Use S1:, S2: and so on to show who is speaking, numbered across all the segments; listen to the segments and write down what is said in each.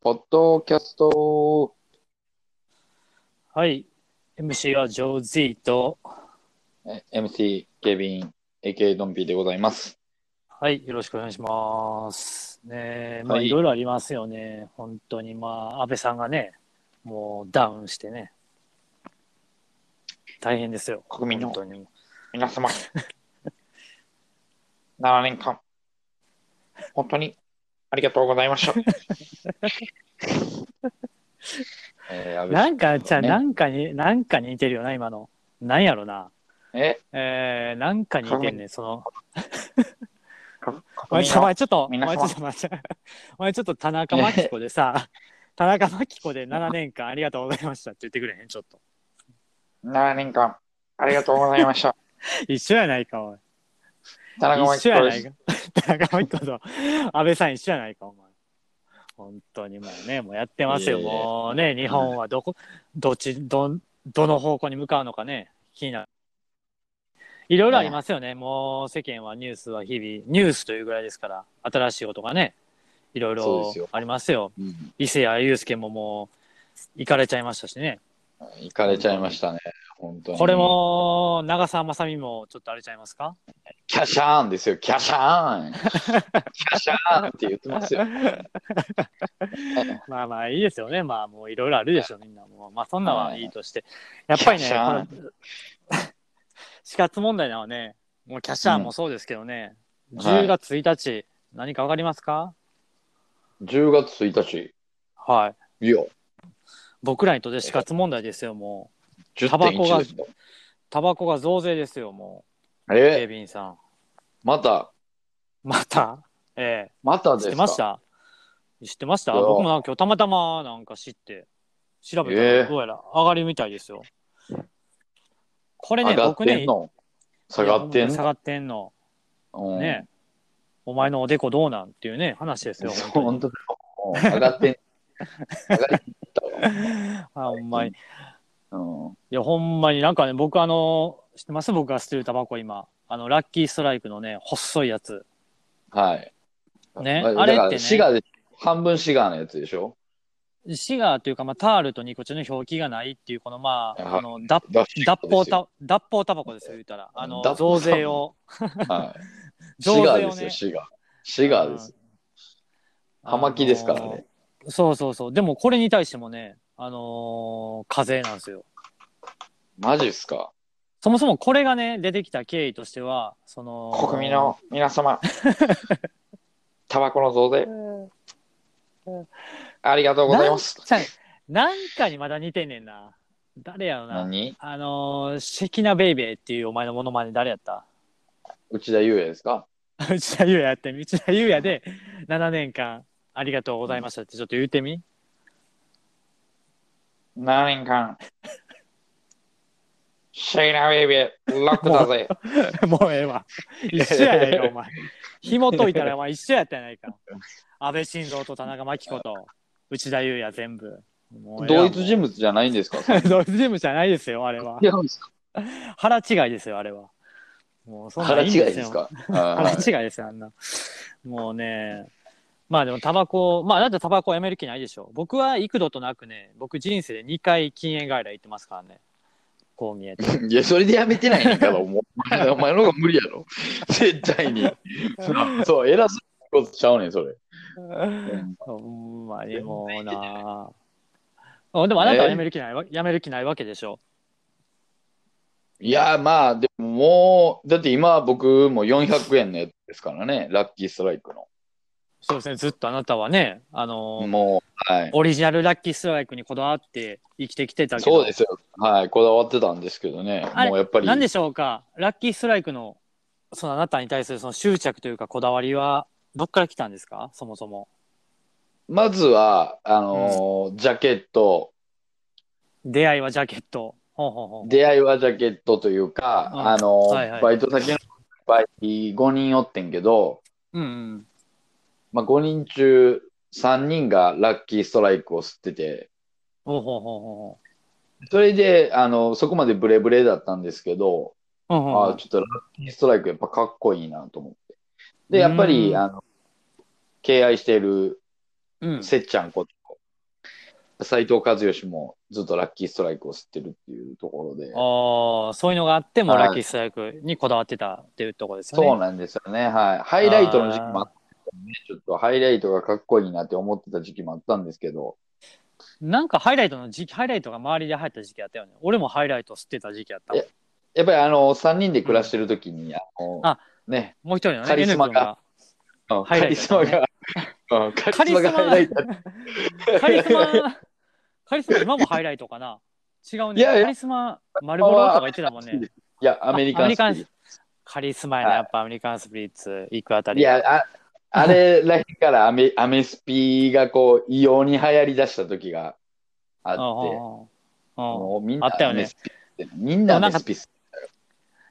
S1: ポッドキャスト。
S2: はい。MC はジョー・ゼイと、
S1: え MC ケビン AK ドンピーでございます。
S2: はい、よろしくお願いします。ねえまあ、
S1: はい
S2: いろいろありますよね。本当に、まあ、安倍さんがね、もうダウンしてね、大変ですよ。
S1: 国民の
S2: 本当に。
S1: 皆 様、7年間、本当にありがとうございま した。えー安倍
S2: なんか、じゃあ、
S1: ね
S2: なんかに、なんかに似てるよな、今の。なんやろな。
S1: え
S2: えー、なんか似てんね、その。
S1: か
S2: お
S1: 国民
S2: 前ちょお
S1: の
S2: 前ちょっと、お
S1: 皆様
S2: 前ちょっと待って、 お前ちょっと田中真紀子でさ、田中真紀子で7年間ありがとうございましたって言ってくれへん、ちょっと。
S1: 7年間、ありがとうございました。
S2: 一緒やないか、おい。
S1: 田中真
S2: 一緒
S1: 紀
S2: や
S1: 子
S2: な
S1: で
S2: い
S1: す
S2: か。田中真紀子と安倍さん一緒やないか、お前。本当にもうね、もうやってますよ。
S1: いえいえ
S2: もうね、日本はどこ、どっち、ど、どの方向に向かうのかね、気になる。いろいろありますよね。もう世間はニュースは日々、ニュースというぐらいですから、新しいことがね、いろい
S1: そうで
S2: ろ
S1: すよ
S2: ありますよ。
S1: うん
S2: 伊勢谷友介ももう行かれちゃいましたしね、
S1: 行かれちゃいましたね。本当に。
S2: これ。も長澤まさみもちょっとあれちゃいますか
S1: キャシャーンですよ、キャシャ ーン。キャシャーンって言ってますよ。
S2: まあまあいいですよね、まあもういろいろあるでしょ、みんなもう、まあそんなんはいいとして、やっぱり
S1: キ
S2: ね、
S1: ャシャーン
S2: この 死活問題なのはね、もうキャシャーもそうですけどね、
S1: うん
S2: 10月1日、何かわかりますか
S1: 10月1日、
S2: はい、
S1: いや、
S2: 僕らにとって死活問題ですよ、もう、タバコ
S1: 10.1
S2: が
S1: ですよ。
S2: タバコが増税ですよ、もう、警
S1: え、
S2: 備員さん、
S1: また、
S2: また、ええ
S1: また
S2: 知っ
S1: で
S2: て
S1: す
S2: ま
S1: か。
S2: した知ってました
S1: いや
S2: 僕もなんか今日たまたまなんか知って調べた
S1: ええ
S2: らどうやら上がりみたいですよ。これね、
S1: 上がっ
S2: 僕
S1: て
S2: ね
S1: ん、の、下がってん
S2: 下
S1: の、
S2: がってんの。
S1: うん
S2: ね、お前のおでこどうなんっていうね、話ですよ。
S1: そう
S2: 本
S1: 本当だようん上がってん 上がって
S2: 当にあほんまに。い
S1: んの、
S2: や、ほんまになんかね、僕あの、知ってます僕が捨てるタバコ今。あの、ラッキーストライクのね、細いやつ。
S1: うんはい。
S2: ね
S1: だから
S2: あれってね
S1: シガーで、半分シガーのやつでしょ
S2: シガーというか、まあ、タールとニコチンの表記がないっていう、このまあ、
S1: はい
S2: あの脱
S1: 脱
S2: 脱
S1: 法
S2: 法た脱法タバコですよ、言うたら。あの
S1: 脱、法
S2: 増税を。
S1: はい。
S2: 上
S1: シ
S2: 手
S1: ガ
S2: よ
S1: ーで
S2: ね
S1: すよ、シガー。シガーですよ。葉巻ですからね。
S2: あのーそうそうそう。でもこれに対してもね、あのー課税なんですよ。
S1: マジっすか。
S2: そもそもこれがね、出てきた経緯としては、その。
S1: 国民の皆 様、タバコの増税、ありがとうございます。
S2: なん。ちゃうなんかにまだ似てんねんな。誰やろな。
S1: 何
S2: あのー、シェキナベイベーっていうお前のモノマネ誰やった
S1: 内田祐也ですか
S2: 内田優也やってみ内田優也で7年間ありがとうございましたってちょっと言ってみ、
S1: 7年間。シェイナベイビー、ロックだぜ。
S2: もうええわ一緒や ないかお前紐解いたらお前一緒やったやないか安倍晋三と田中真紀子と内田優也全部もうええわ
S1: 同一人物じゃないんですか
S2: 同一人物じゃないですよあれは
S1: 違うんですか
S2: 腹違いですよあれはもうそんな
S1: 腹
S2: ん
S1: 違
S2: い
S1: い
S2: いんです
S1: で
S2: よ
S1: すか
S2: 腹
S1: は
S2: 違いですよあんなもうねまあでもタバコまあだってタバコやめる気ないでしょ僕は幾度となくね僕人生で2回禁煙外来行ってますからねこう見え て
S1: いいや、それでやめてないねんから、もう。お前の方が無理やろ。絶対に。そう、偉そうなことちゃうねん、それ。
S2: ほんまにもうなあでもあなたはやめる気ないわ、やめる気ないわけでしょ
S1: いや、まあ、でももう、だって今僕も400円のやつですからね、ラッキーストライク
S2: そうですねずっとあなたはねあの
S1: の。
S2: ー
S1: もう、はい。
S2: オリジナルラッキーストライクにこだわって生きてきてたけど
S1: そうですよ。はい、こだわってたんですけどね。
S2: あれ
S1: もうやっぱり。
S2: なんでしょうかラッキーストライクのそのあなたに対するその執着というかこだわりはどっから来たんですかそもそも
S1: まずは、あのージャケット、
S2: 出会いはジャケットほんほんほん
S1: 出会いはジャケットというか、
S2: うん
S1: あのー
S2: はいはい
S1: バイト先のバイ5人おってんけど、
S2: うんうん
S1: まあ、5人中3人がラッキーストライクを吸ってて、
S2: ほうほうほうほ
S1: それで、あのそこまでブレブレだったんですけど、
S2: うほううんうん
S1: ああ、ちょっとラッキーストライクやっぱかっこいいなと思って。で、やっぱ
S2: う
S1: り、
S2: ん
S1: あの、敬愛している
S2: うん
S1: せっちゃんこと、斎藤和義もずっとラッキーストライクを吸ってるっていうところで、
S2: ああ、そういうのがあっても、
S1: はい
S2: ラッキーストライクにこだわってたっていうところですよね。
S1: そうなんですよね、はい、ハイライトの時期もあったんでね、ちょっとハイライトがかっこいいなって思ってた時期もあったんですけど、
S2: なんかハイライトの時期、ハイライトが周りで入った時期あったよね。俺もハイライト吸ってた時期あった。
S1: えやっぱりあの3人で暮らしてる時に、あの
S2: あ
S1: ね、
S2: もう一人のね、
S1: カリスマ
S2: N 君
S1: が。うん
S2: ハイ
S1: カ
S2: ライ
S1: リ
S2: ト
S1: ス
S2: だ
S1: マ
S2: ね
S1: が、うんカリスマがハイライト
S2: カリスマ、カリスマ、今もハイライトかな。違う
S1: い
S2: ね。
S1: やいや
S2: カリスマ、マルボロとか言ってたもんね。
S1: いや、アメリカン
S2: アメリカン
S1: スピリッ
S2: カリスマやな、
S1: はい
S2: やっぱアメリカンスピリッツ行くあた
S1: ツ
S2: り。
S1: いや、ああれらへんからアメアメスピがこう異様に流行りだした時があって、
S2: うんうんうん
S1: もうみんな
S2: あったよ
S1: ア
S2: ね
S1: メスピってみんなアメスピっす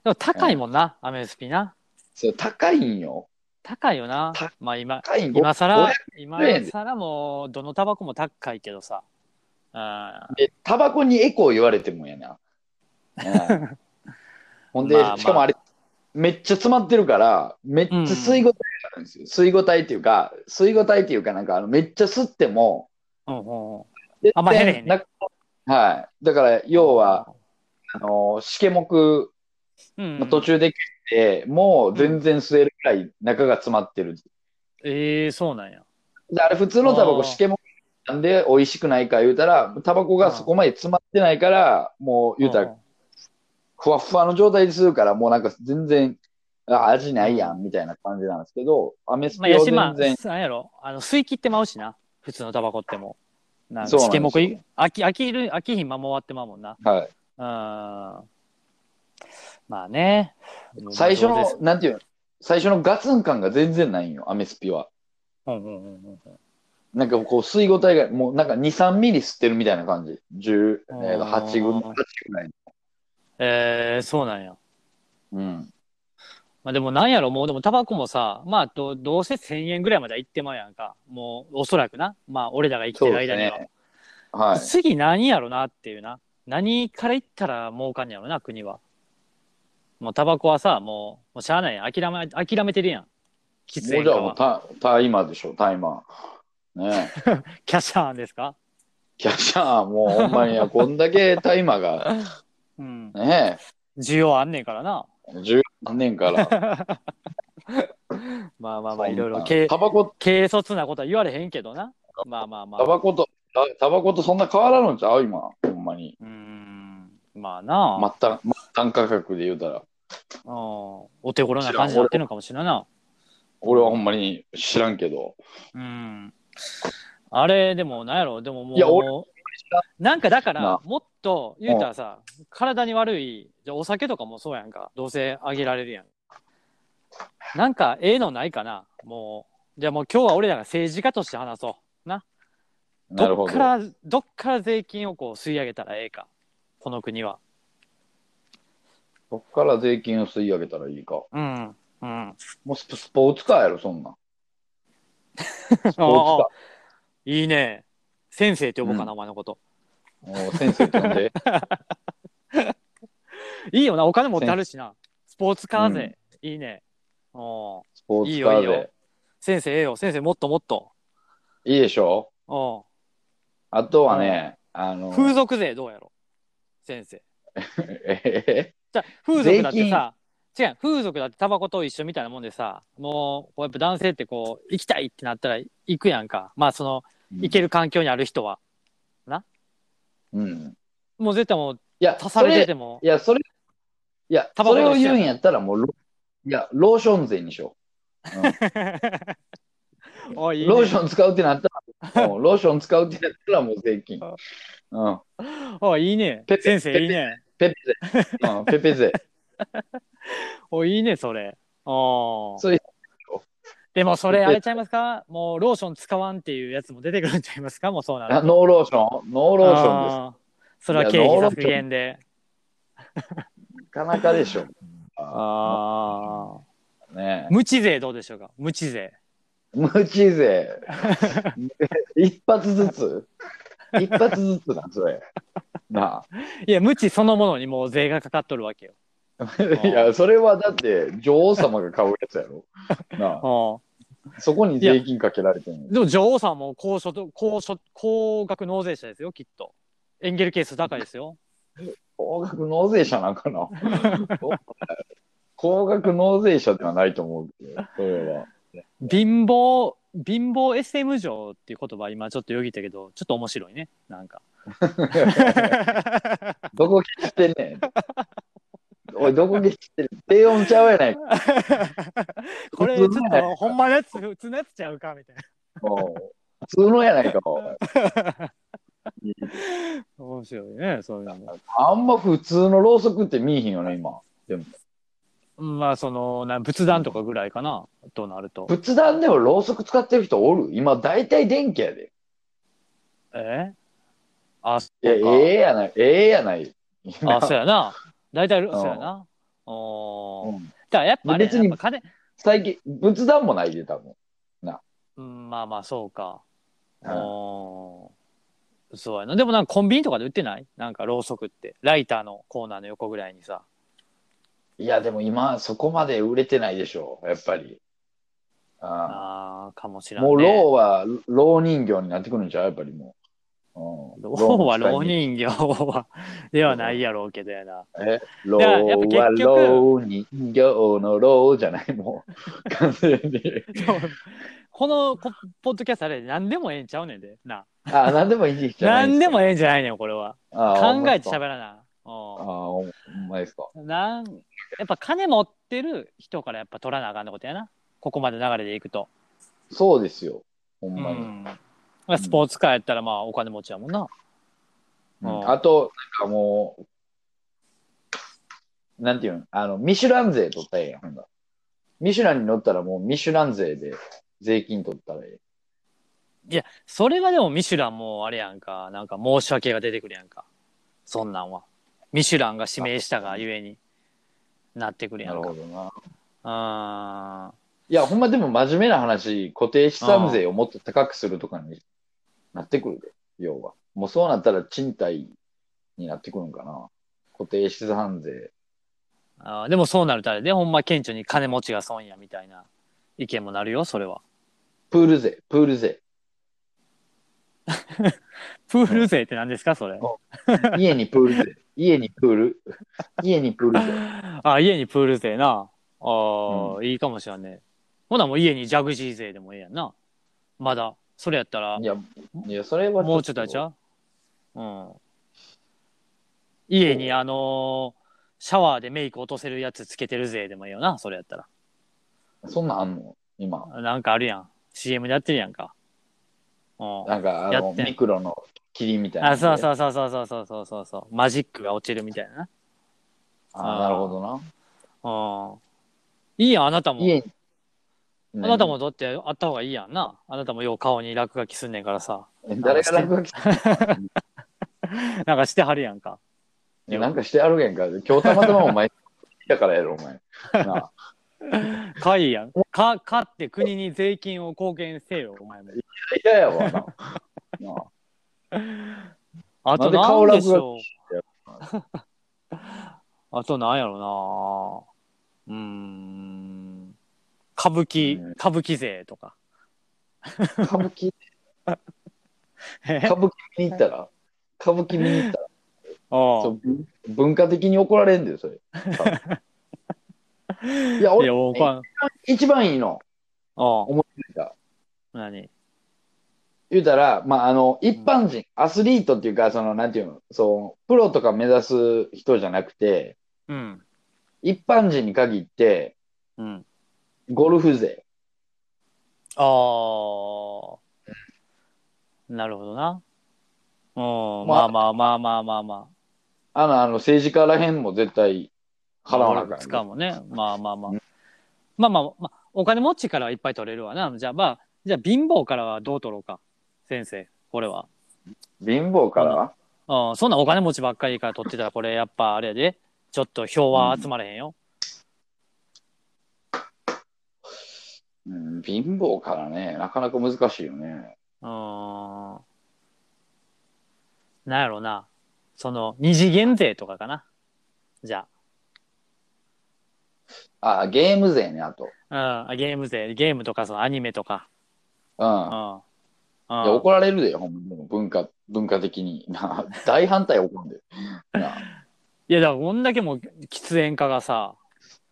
S2: でも高いもんな、アメスピな。
S1: そう高いんよ。
S2: 高いよな
S1: た。
S2: まあ今、
S1: 高いん
S2: 今
S1: 500
S2: 更、今
S1: 500円で
S2: 更もう、どのタバコも高いけどさ。うん
S1: で、タバコにエコー言われてもや な。うんほんで、
S2: まあまあ
S1: しかもあれ、めっちゃ詰まってるから、めっちゃ水ご体あるんですよ。水ご体っていうか、水ご体っていうか、なんかあのめっちゃ吸っても、
S2: うんうんうん
S1: あ
S2: あんま減れへんね
S1: はい。だから、要は、、あの、試験目
S2: うん
S1: の途中で切って、もう全然吸えるくらい中が詰まってる。
S2: ええそうなんや。
S1: で、あれ普通のタバコ試験目なんで美味しくないか言うたら、タバコがそこまで詰まってないから、もう言うたら
S2: ん、
S1: ふわっふわの状態にするから、もうなんか全然、あ味ないやんみたいな感じなんですけど、アメス
S2: まあ、
S1: ピ
S2: や
S1: を
S2: し、まあ、
S1: 全然、
S2: なんやろ、あの、吸い切ってまうしな、普通のタバコっても。なん
S1: そうなん
S2: 試
S1: です
S2: 験
S1: よ
S2: 目、飽き、飽きる、飽きひんまま終わってまうもんな。うん。
S1: はい、
S2: まあね。
S1: 最初
S2: まあ
S1: の
S2: どうです、
S1: なんていうの、最初のガツン感が全然ないんよ、アメスピは。
S2: うんうんうんうん。
S1: なんかこう、水ご体が、もうなんか2、3ミリ吸ってるみたいな感じ。10、え
S2: あー
S1: ーと、8分、8ぐらい。
S2: ええそうなんや。
S1: うん。
S2: まあでもなんやろ、もうでもタバコもさ、まあどどうせ1000円ぐらいまでは行ってまうやんか。もうおそらくな。まあ俺らが生きてる間に
S1: そう
S2: は。
S1: ではい。
S2: 次何やろなっていうな。何から行ったら儲かんやろな、国は。もうタバコはさ、もうもうしゃあないやん。諦め諦めてるやん。喫
S1: もう
S2: 煙
S1: じ
S2: 家
S1: ゃあもう
S2: は。
S1: タタイマーでしょ、タイマー。ね え
S2: キャシャーンですか
S1: キャッシャー、もうほんまにや、こんだけタイマーが、
S2: うん。
S1: ね
S2: 需要あんねんからな。
S1: え、10年 から。
S2: まあまあ
S1: そう
S2: まあ、
S1: ない
S2: ろいろ軽
S1: タバコ
S2: 軽率なことは言われへんけどな。まあまあまあ。
S1: タバコと、タタバコとそんな変わらんのちゃう今、ほんまに。
S2: うーん。まあなあ、
S1: 末端、末端価格で言うたら。
S2: うんお手頃な感じになってるのかもしれんな
S1: 俺はほんまに知らんけど。
S2: いな。うん。あれ、でも、なんやろ、でももう、
S1: いや俺
S2: なんかだから、
S1: な
S2: もっと言うたらさ、体に悪い、じゃあお酒とかもそうやんか、どうせあげられるやん。なんか、ええのないかな、もう。じゃあもう今日は俺らが政治家として話そう。な。
S1: なる
S2: ど
S1: ほ
S2: っ
S1: ど。
S2: から、どっから税金をこう吸い上げたらええか、この国は。
S1: どっから税金を吸い上げたらいいか。
S2: うん。うん。
S1: もうスポスポーツカーやろ、そん なん。ス
S2: お
S1: ポ
S2: おいいね。先生って呼ぼうかな、お前のこと。
S1: ーツカー。もう先生って呼ん で。
S2: いいよな、お金持ってあるしな。スポーツカー税、いいね。お
S1: スポ
S2: い
S1: ー
S2: い
S1: ツカ
S2: よ、
S1: ー
S2: いいよ
S1: で。。
S2: 先生、ええよ、先生、もっともっと。
S1: いいでしょ
S2: お
S1: あとはね、あの、
S2: 風俗税どうやろ先生。
S1: え
S2: じゃあ風俗だっ
S1: 税
S2: てさ、違う、風俗だってタバコと一緒みたいなもんでさ、もう、こうやっぱ男性ってこう、行きたいってなったら行くやんか。まあ、その、行け
S1: る。
S2: る環境にある人は。
S1: うん。
S2: もう絶対もう、
S1: いや、
S2: 足されて
S1: それ
S2: ても
S1: い。や、それ、いや、
S2: タバ
S1: そ
S2: コと
S1: れを
S2: 一緒や
S1: 言うんやったらもうロ、いや、ローション税にしよう。
S2: おいいいね
S1: ローション使うってなったら、もうローション使うってなったらもう税金。うん。
S2: おいいいね。
S1: ペペ
S2: 先生
S1: ペペ
S2: いいね。
S1: ペペ税。うん、ペペ税。
S2: おいいね、それ。おー
S1: それ
S2: でもそれあれちゃいますかもうローション使わんっていうやつも出てくるんちゃいますかもうそうな
S1: あ
S2: の。
S1: ノーローションノーローションで
S2: ンです。それは経
S1: いや
S2: 費
S1: ノーローショ
S2: 削
S1: ン
S2: 減で。
S1: す。なかなかでしょ。
S2: ああ。
S1: ね
S2: 無知税どうでしょうか無知税。
S1: 無知税。一発ずつ一発ずつな、それ。ない
S2: や、無知そのものにもう税がかかっとるわけよ。
S1: あ。いや、それはだって女王様が買うやつやろ。なあ。
S2: お
S1: そこに税金かけられて るの
S2: でも女王さんも高所得高所高額納税者ですよ、きっと。エンゲル係数高いですよ。
S1: 高額納税者なんかな高額納税者ではないと思うけど、それは。
S2: 貧乏、貧乏 SM 嬢っていう言葉今ちょっとよぎったけど、ちょっと面白いね、なんか。
S1: どこ消してんねん。おい、どこ消してる低音ちゃうやないか。
S2: これちょっとほんまのやつ、普通のやつちゃうかみたいな。
S1: もう普通のやないか。おい
S2: 面白いね、そういうのも。
S1: あんま普通のろうそくって見えへんよね、今。
S2: まあ、その、な仏壇とかぐらいかな、となると。
S1: 仏壇でもろうそく使ってる人おる今、大体電気やで。
S2: えあ、そ
S1: いや、
S2: うか。
S1: ええやない。ええやない。
S2: あ、そうやな。大体、
S1: ん
S2: そうやな。おー
S1: うん
S2: だからやっぱね、
S1: 別に
S2: やっぱ金、
S1: 最近、仏壇もないで、多分。
S2: うん、まあまあ、そうか。
S1: うん
S2: おーそうやな。でもなんかコンビニとかで売ってないなんかろうそくって。ライターのコーナーの横ぐらいにさ。
S1: いや、でも今、そこまで売れてないでしょう、やっぱり。あ
S2: ああ、かもし
S1: あ
S2: らん、ね。
S1: もう、ろうは、ろう人形になってくるんちゃうやっぱりもう。
S2: ろうはろう
S1: 形。
S2: 人形は、ではないやろうけどやな。
S1: ろう
S2: だからやっぱ
S1: は
S2: 結局
S1: ろう人形のろうじゃない、もう。完全に。
S2: そうこのこポッドキャストあれ何でもええんちゃうねんでな
S1: あ、なんでもいいじゃない
S2: 何
S1: す
S2: で
S1: か
S2: もええんじゃないねんこれは考えて喋
S1: る。
S2: らな
S1: あー
S2: う
S1: ほんまですかあー、ほんまですか。
S2: んなんやっぱ金持ってる人からやっぱ取らなあかんってことやなここまで流れでいくと、
S1: そうですよ。ほん
S2: う
S1: まに。
S2: ん、スポーツカーやったらまあお金持ちやもんなうん
S1: うんあと、なんかもう、なんていうの、あの、ミシュラン税取ったらええやん、ほんだらミシュランに乗ったらもうミシュラン税で税金取ったらええ。
S2: いやそれはでもミシュランもあれやんかなんか申し訳が出てくるやんかそんなんはミシュランが指名したがゆえになってくるや
S1: なんるほ
S2: か
S1: どな。
S2: あ
S1: いや、ほんまでも真面目な話、固定資産税をもっと高くするとかになってくるで、要は。もうそうなったら賃貸になってくるんかな。固定資産税。
S2: あーでもそうなるとあれでほんま顕著に金持ちが損やみたいな意見もなるよそれは
S1: プール税、プール税。
S2: プール税って何ですかそれ
S1: 家にプール税。家にプール。家にプール税。
S2: あ家にプール税なあー、いいかもしれんねほなもう家にジャグジー税でもええやんなまだそれやったら
S1: いや、いや、それは
S2: もうちょっとあれちゃううん家にあのーシャワーでメイク落とせるやつつけてる税でもええよなそれやった
S1: そんなんあんの今。
S2: らなんかあるやん CM でやってるやんかうん
S1: なんか、あ
S2: や
S1: の、
S2: ってん
S1: ミクロの霧みたいな。。
S2: あ、そうそううそうそうそうそうそうそうそう。マジックが落ちるみたいな
S1: あなるほどな。
S2: な。うん。いいやん、あなたも。
S1: 家に。
S2: あなたもだってあった方がいいやんな。あなたもよう顔に落書きすんねんからさ。
S1: 何。誰が落書き
S2: なんかしてはるやんか。
S1: なんかしてあるやんか。今日たまたまお前、だからやろ、お前。なあ
S2: かいいやん。か、かって国に税金を貢献せよ、お前も。
S1: 嫌やわな。 なあ
S2: あ
S1: な
S2: と
S1: んで顔
S2: なん
S1: 落
S2: でしょ
S1: 書
S2: う。 あとなんやろな。うーん。歌舞伎、歌舞伎税とか。
S1: 歌舞 伎、 歌舞伎見に行ったら、歌舞伎見に行ったら、
S2: あ
S1: そうぶ文化的に怒られんだよ、そ れ。いや、
S2: あ。いや、
S1: 俺、
S2: わかん。
S1: 一番いいの、
S2: あ
S1: 思ってた。
S2: あ。何
S1: 言うたら、まあ、あの一般人、アスリートっていうか、そのなんていうのそう、プロとか目指す人じゃなくて、
S2: うん。
S1: 一般人に限って、
S2: うん。
S1: ゴルフ勢、
S2: ああ。なるほどな。うん、ま
S1: ま
S2: あ
S1: あ
S2: まあまあまあまあま
S1: あのあの政治家らへんも絶対
S2: あ。
S1: 払わなあ
S2: 使
S1: か
S2: う
S1: っ
S2: もんね。まあまあまあ
S1: うん。
S2: まあまあまあ、お金持ちからはいっぱい取れるわな。じゃあまあ、じゃあ貧乏からはどう取ろうか。先生、これは。
S1: 貧乏から
S2: うん、そんなお金持ちばっかりから取ってたら、これやっぱあれやで、ちょっと票は集まれへんよ。
S1: うん、貧乏からね、なかなか難しいよね。
S2: うーん。なんやろな。その、二次元税とかかな。じゃあ。
S1: あ、ゲーム税ね、あと。
S2: うん、ゲーム税、ゲームとかそのアニメとか。
S1: うん。
S2: うん。うん
S1: いや怒られるで、ほんまに文化、文化的に。な大反対怒るんで。ない
S2: や、だからこんだけもう喫煙家がさ、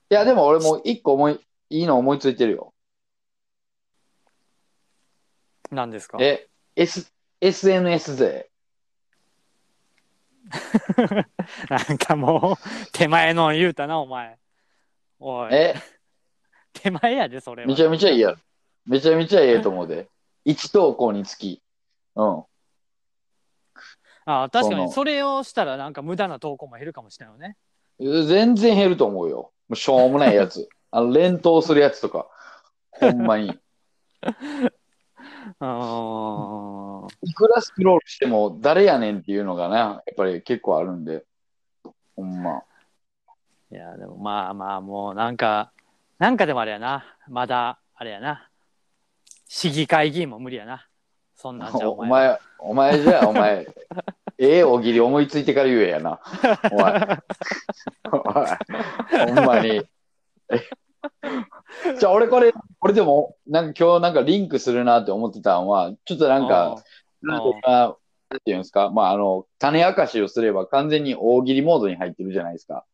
S1: いや、でも俺もう一個思い、いいの思いついてるよ。
S2: なんですか
S1: え、S、SNS 税。
S2: なんかもう、 手前の言うたな、お前。おい、
S1: え、
S2: 手前やで、それは。
S1: めちゃめちゃいいやろ。めちゃめちゃええと思うで。一投稿につき。うん。
S2: あ確か
S1: その
S2: に、それをしたら、なんか無駄な投稿も減るかもしれないよね。
S1: 全然減ると思うよ。もうしょうもないやつ。あの、連投するやつとか。ほんまに。
S2: う ーん。
S1: いくらスクロールしても誰やねんっていうのがね、やっぱり結構あるんで。ほんま。
S2: いや、でもまあまあ、もうなんか、なんかでもあれやな。まだ、あれやな。市議会議員も無理やな。そんなんじゃ
S1: おお前、お前じゃあ、お 前。ええおぎり思いついてから言えやな。お前。おいほんまに。えじゃあ俺これ、これでも、なんか今日なんかリンクするなって思ってたんは、ちょっとなんか、なんか今なんていうんですか、まあ、あの、種明かしをすれば完全に大喜利モードに入ってるじゃないですか。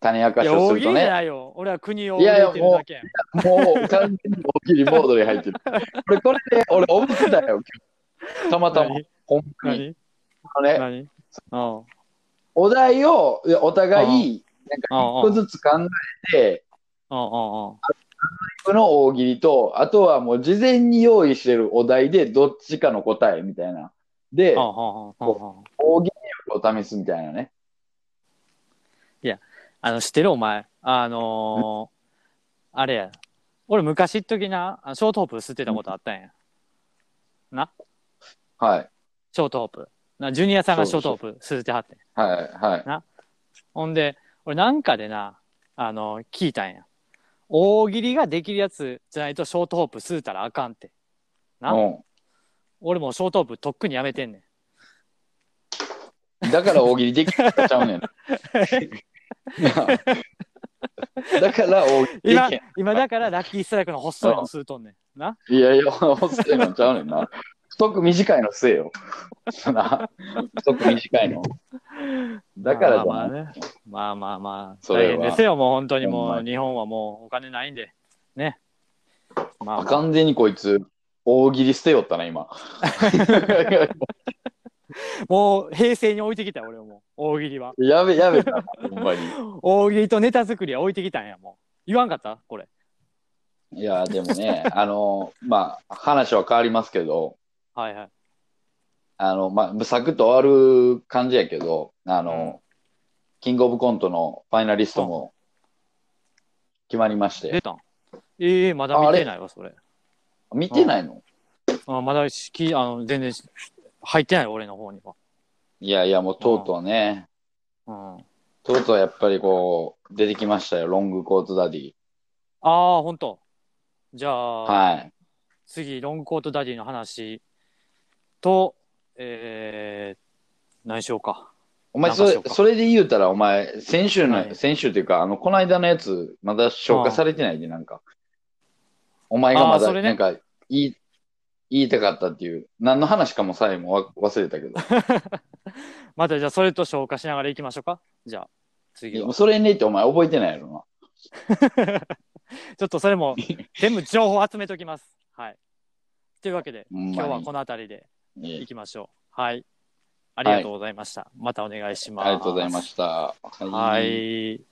S1: 種明
S2: うん、
S1: か
S2: い
S1: し
S2: や、
S1: を
S2: 大
S1: すると
S2: 喜利じゃ
S1: ね、
S2: ないよ。俺は国を
S1: い
S2: 大
S1: やいや
S2: 喜利てるだけやん。
S1: もう完全に大喜利モードに入ってる。これ、これで俺思ってたよ、今日たまたま。ほんまに。
S2: 何
S1: あのね、
S2: 何何うん。
S1: お題をいやお互い、なんか一個ずつ考えて、
S2: うんうんうん。
S1: この大喜利と、あとはもう事前に用意してるお題でどっちかの答えみたいな。で、
S2: うんうんうんうんうん
S1: 大喜利力を試すみたいなね。
S2: あの、知ってるお前。あのー、あれや。俺昔っ時な、あショートホープ吸ってたことあったんや。
S1: はい。
S2: ショートホープ。な、ジュニアさんがショートホープ吸ってはってん。
S1: はい。はい。
S2: ほんで、俺なんかでな、あの、聞いたんや。大喜利ができるやつじゃないとショートホープ吸うたらあかんって。な
S1: う
S2: 俺もうショートホープとっくにやめてんねん。
S1: ん、だから大喜利できなかったちゃうね ん。だから大喜利でき
S2: 今
S1: へ、
S2: 今だからラッキーストライクの細いの吸うとんねん。な。
S1: ん。いやいや、細いのちゃうねんな。太く短いのせえよ。 な太く短い の。だからじ
S2: まあ
S1: ゃ
S2: まあね。まあまあまあ。
S1: そ
S2: 大
S1: れは
S2: 変ですよ、もう本当に
S1: ほん
S2: も
S1: ま
S2: う
S1: に
S2: 日本はもうお金ないんで。ね。ま
S1: あ
S2: あ、
S1: 完全にこいつ、大喜利捨てよったな、今。
S2: もう平成に置いてきたよ俺はもう。大喜利は。
S1: やべ、やべたな、ほんまに。
S2: 大喜利とネタ作りは置いてきたんや、もう。言わんかったこれ。
S1: いや、でもね、あの、まあ、話は変わりますけど、
S2: はいはい。
S1: あの、まあ、サクッと終わる感じやけど、あの、キングオブコントのファイナリストも決まりまして。
S2: 出たんええまだ見てないわ、それ。
S1: 見てないの
S2: あまだしきあの全然し入ってない、俺の方には。
S1: いやいや、もうとうとうね、
S2: うん、あ
S1: とうとうやっぱりこう、出てきましたよ、ロングコートダディ。
S2: あ、ほんと。じゃあ、
S1: はい。
S2: 次、ロングコートダディの話と、えー、何しようか。
S1: お前そ
S2: なんかしよ
S1: れ
S2: う、か
S1: それで言うたら、お前、先週の、
S2: はい
S1: 先週というか、あの、この間のやつ、まだ消化されてないで、なんか。お前がま
S2: あー
S1: だ、
S2: それね
S1: なんか、言い、言いたかったっていう、何の話かもさえもわ忘れたけど。
S2: またじゃあ、それと消化しながらいきましょうか。じゃあ、
S1: い
S2: 次
S1: や
S2: は
S1: もう。それねってお前覚えてないやろな。
S2: ちょっとそれも全部情報集めておきます。はい。というわけで、
S1: ほんまに
S2: 今日はこの辺りで
S1: ええ
S2: いきましょう。はい。ありがとうございました。またお願いします。
S1: ありがとうございました。
S2: はい。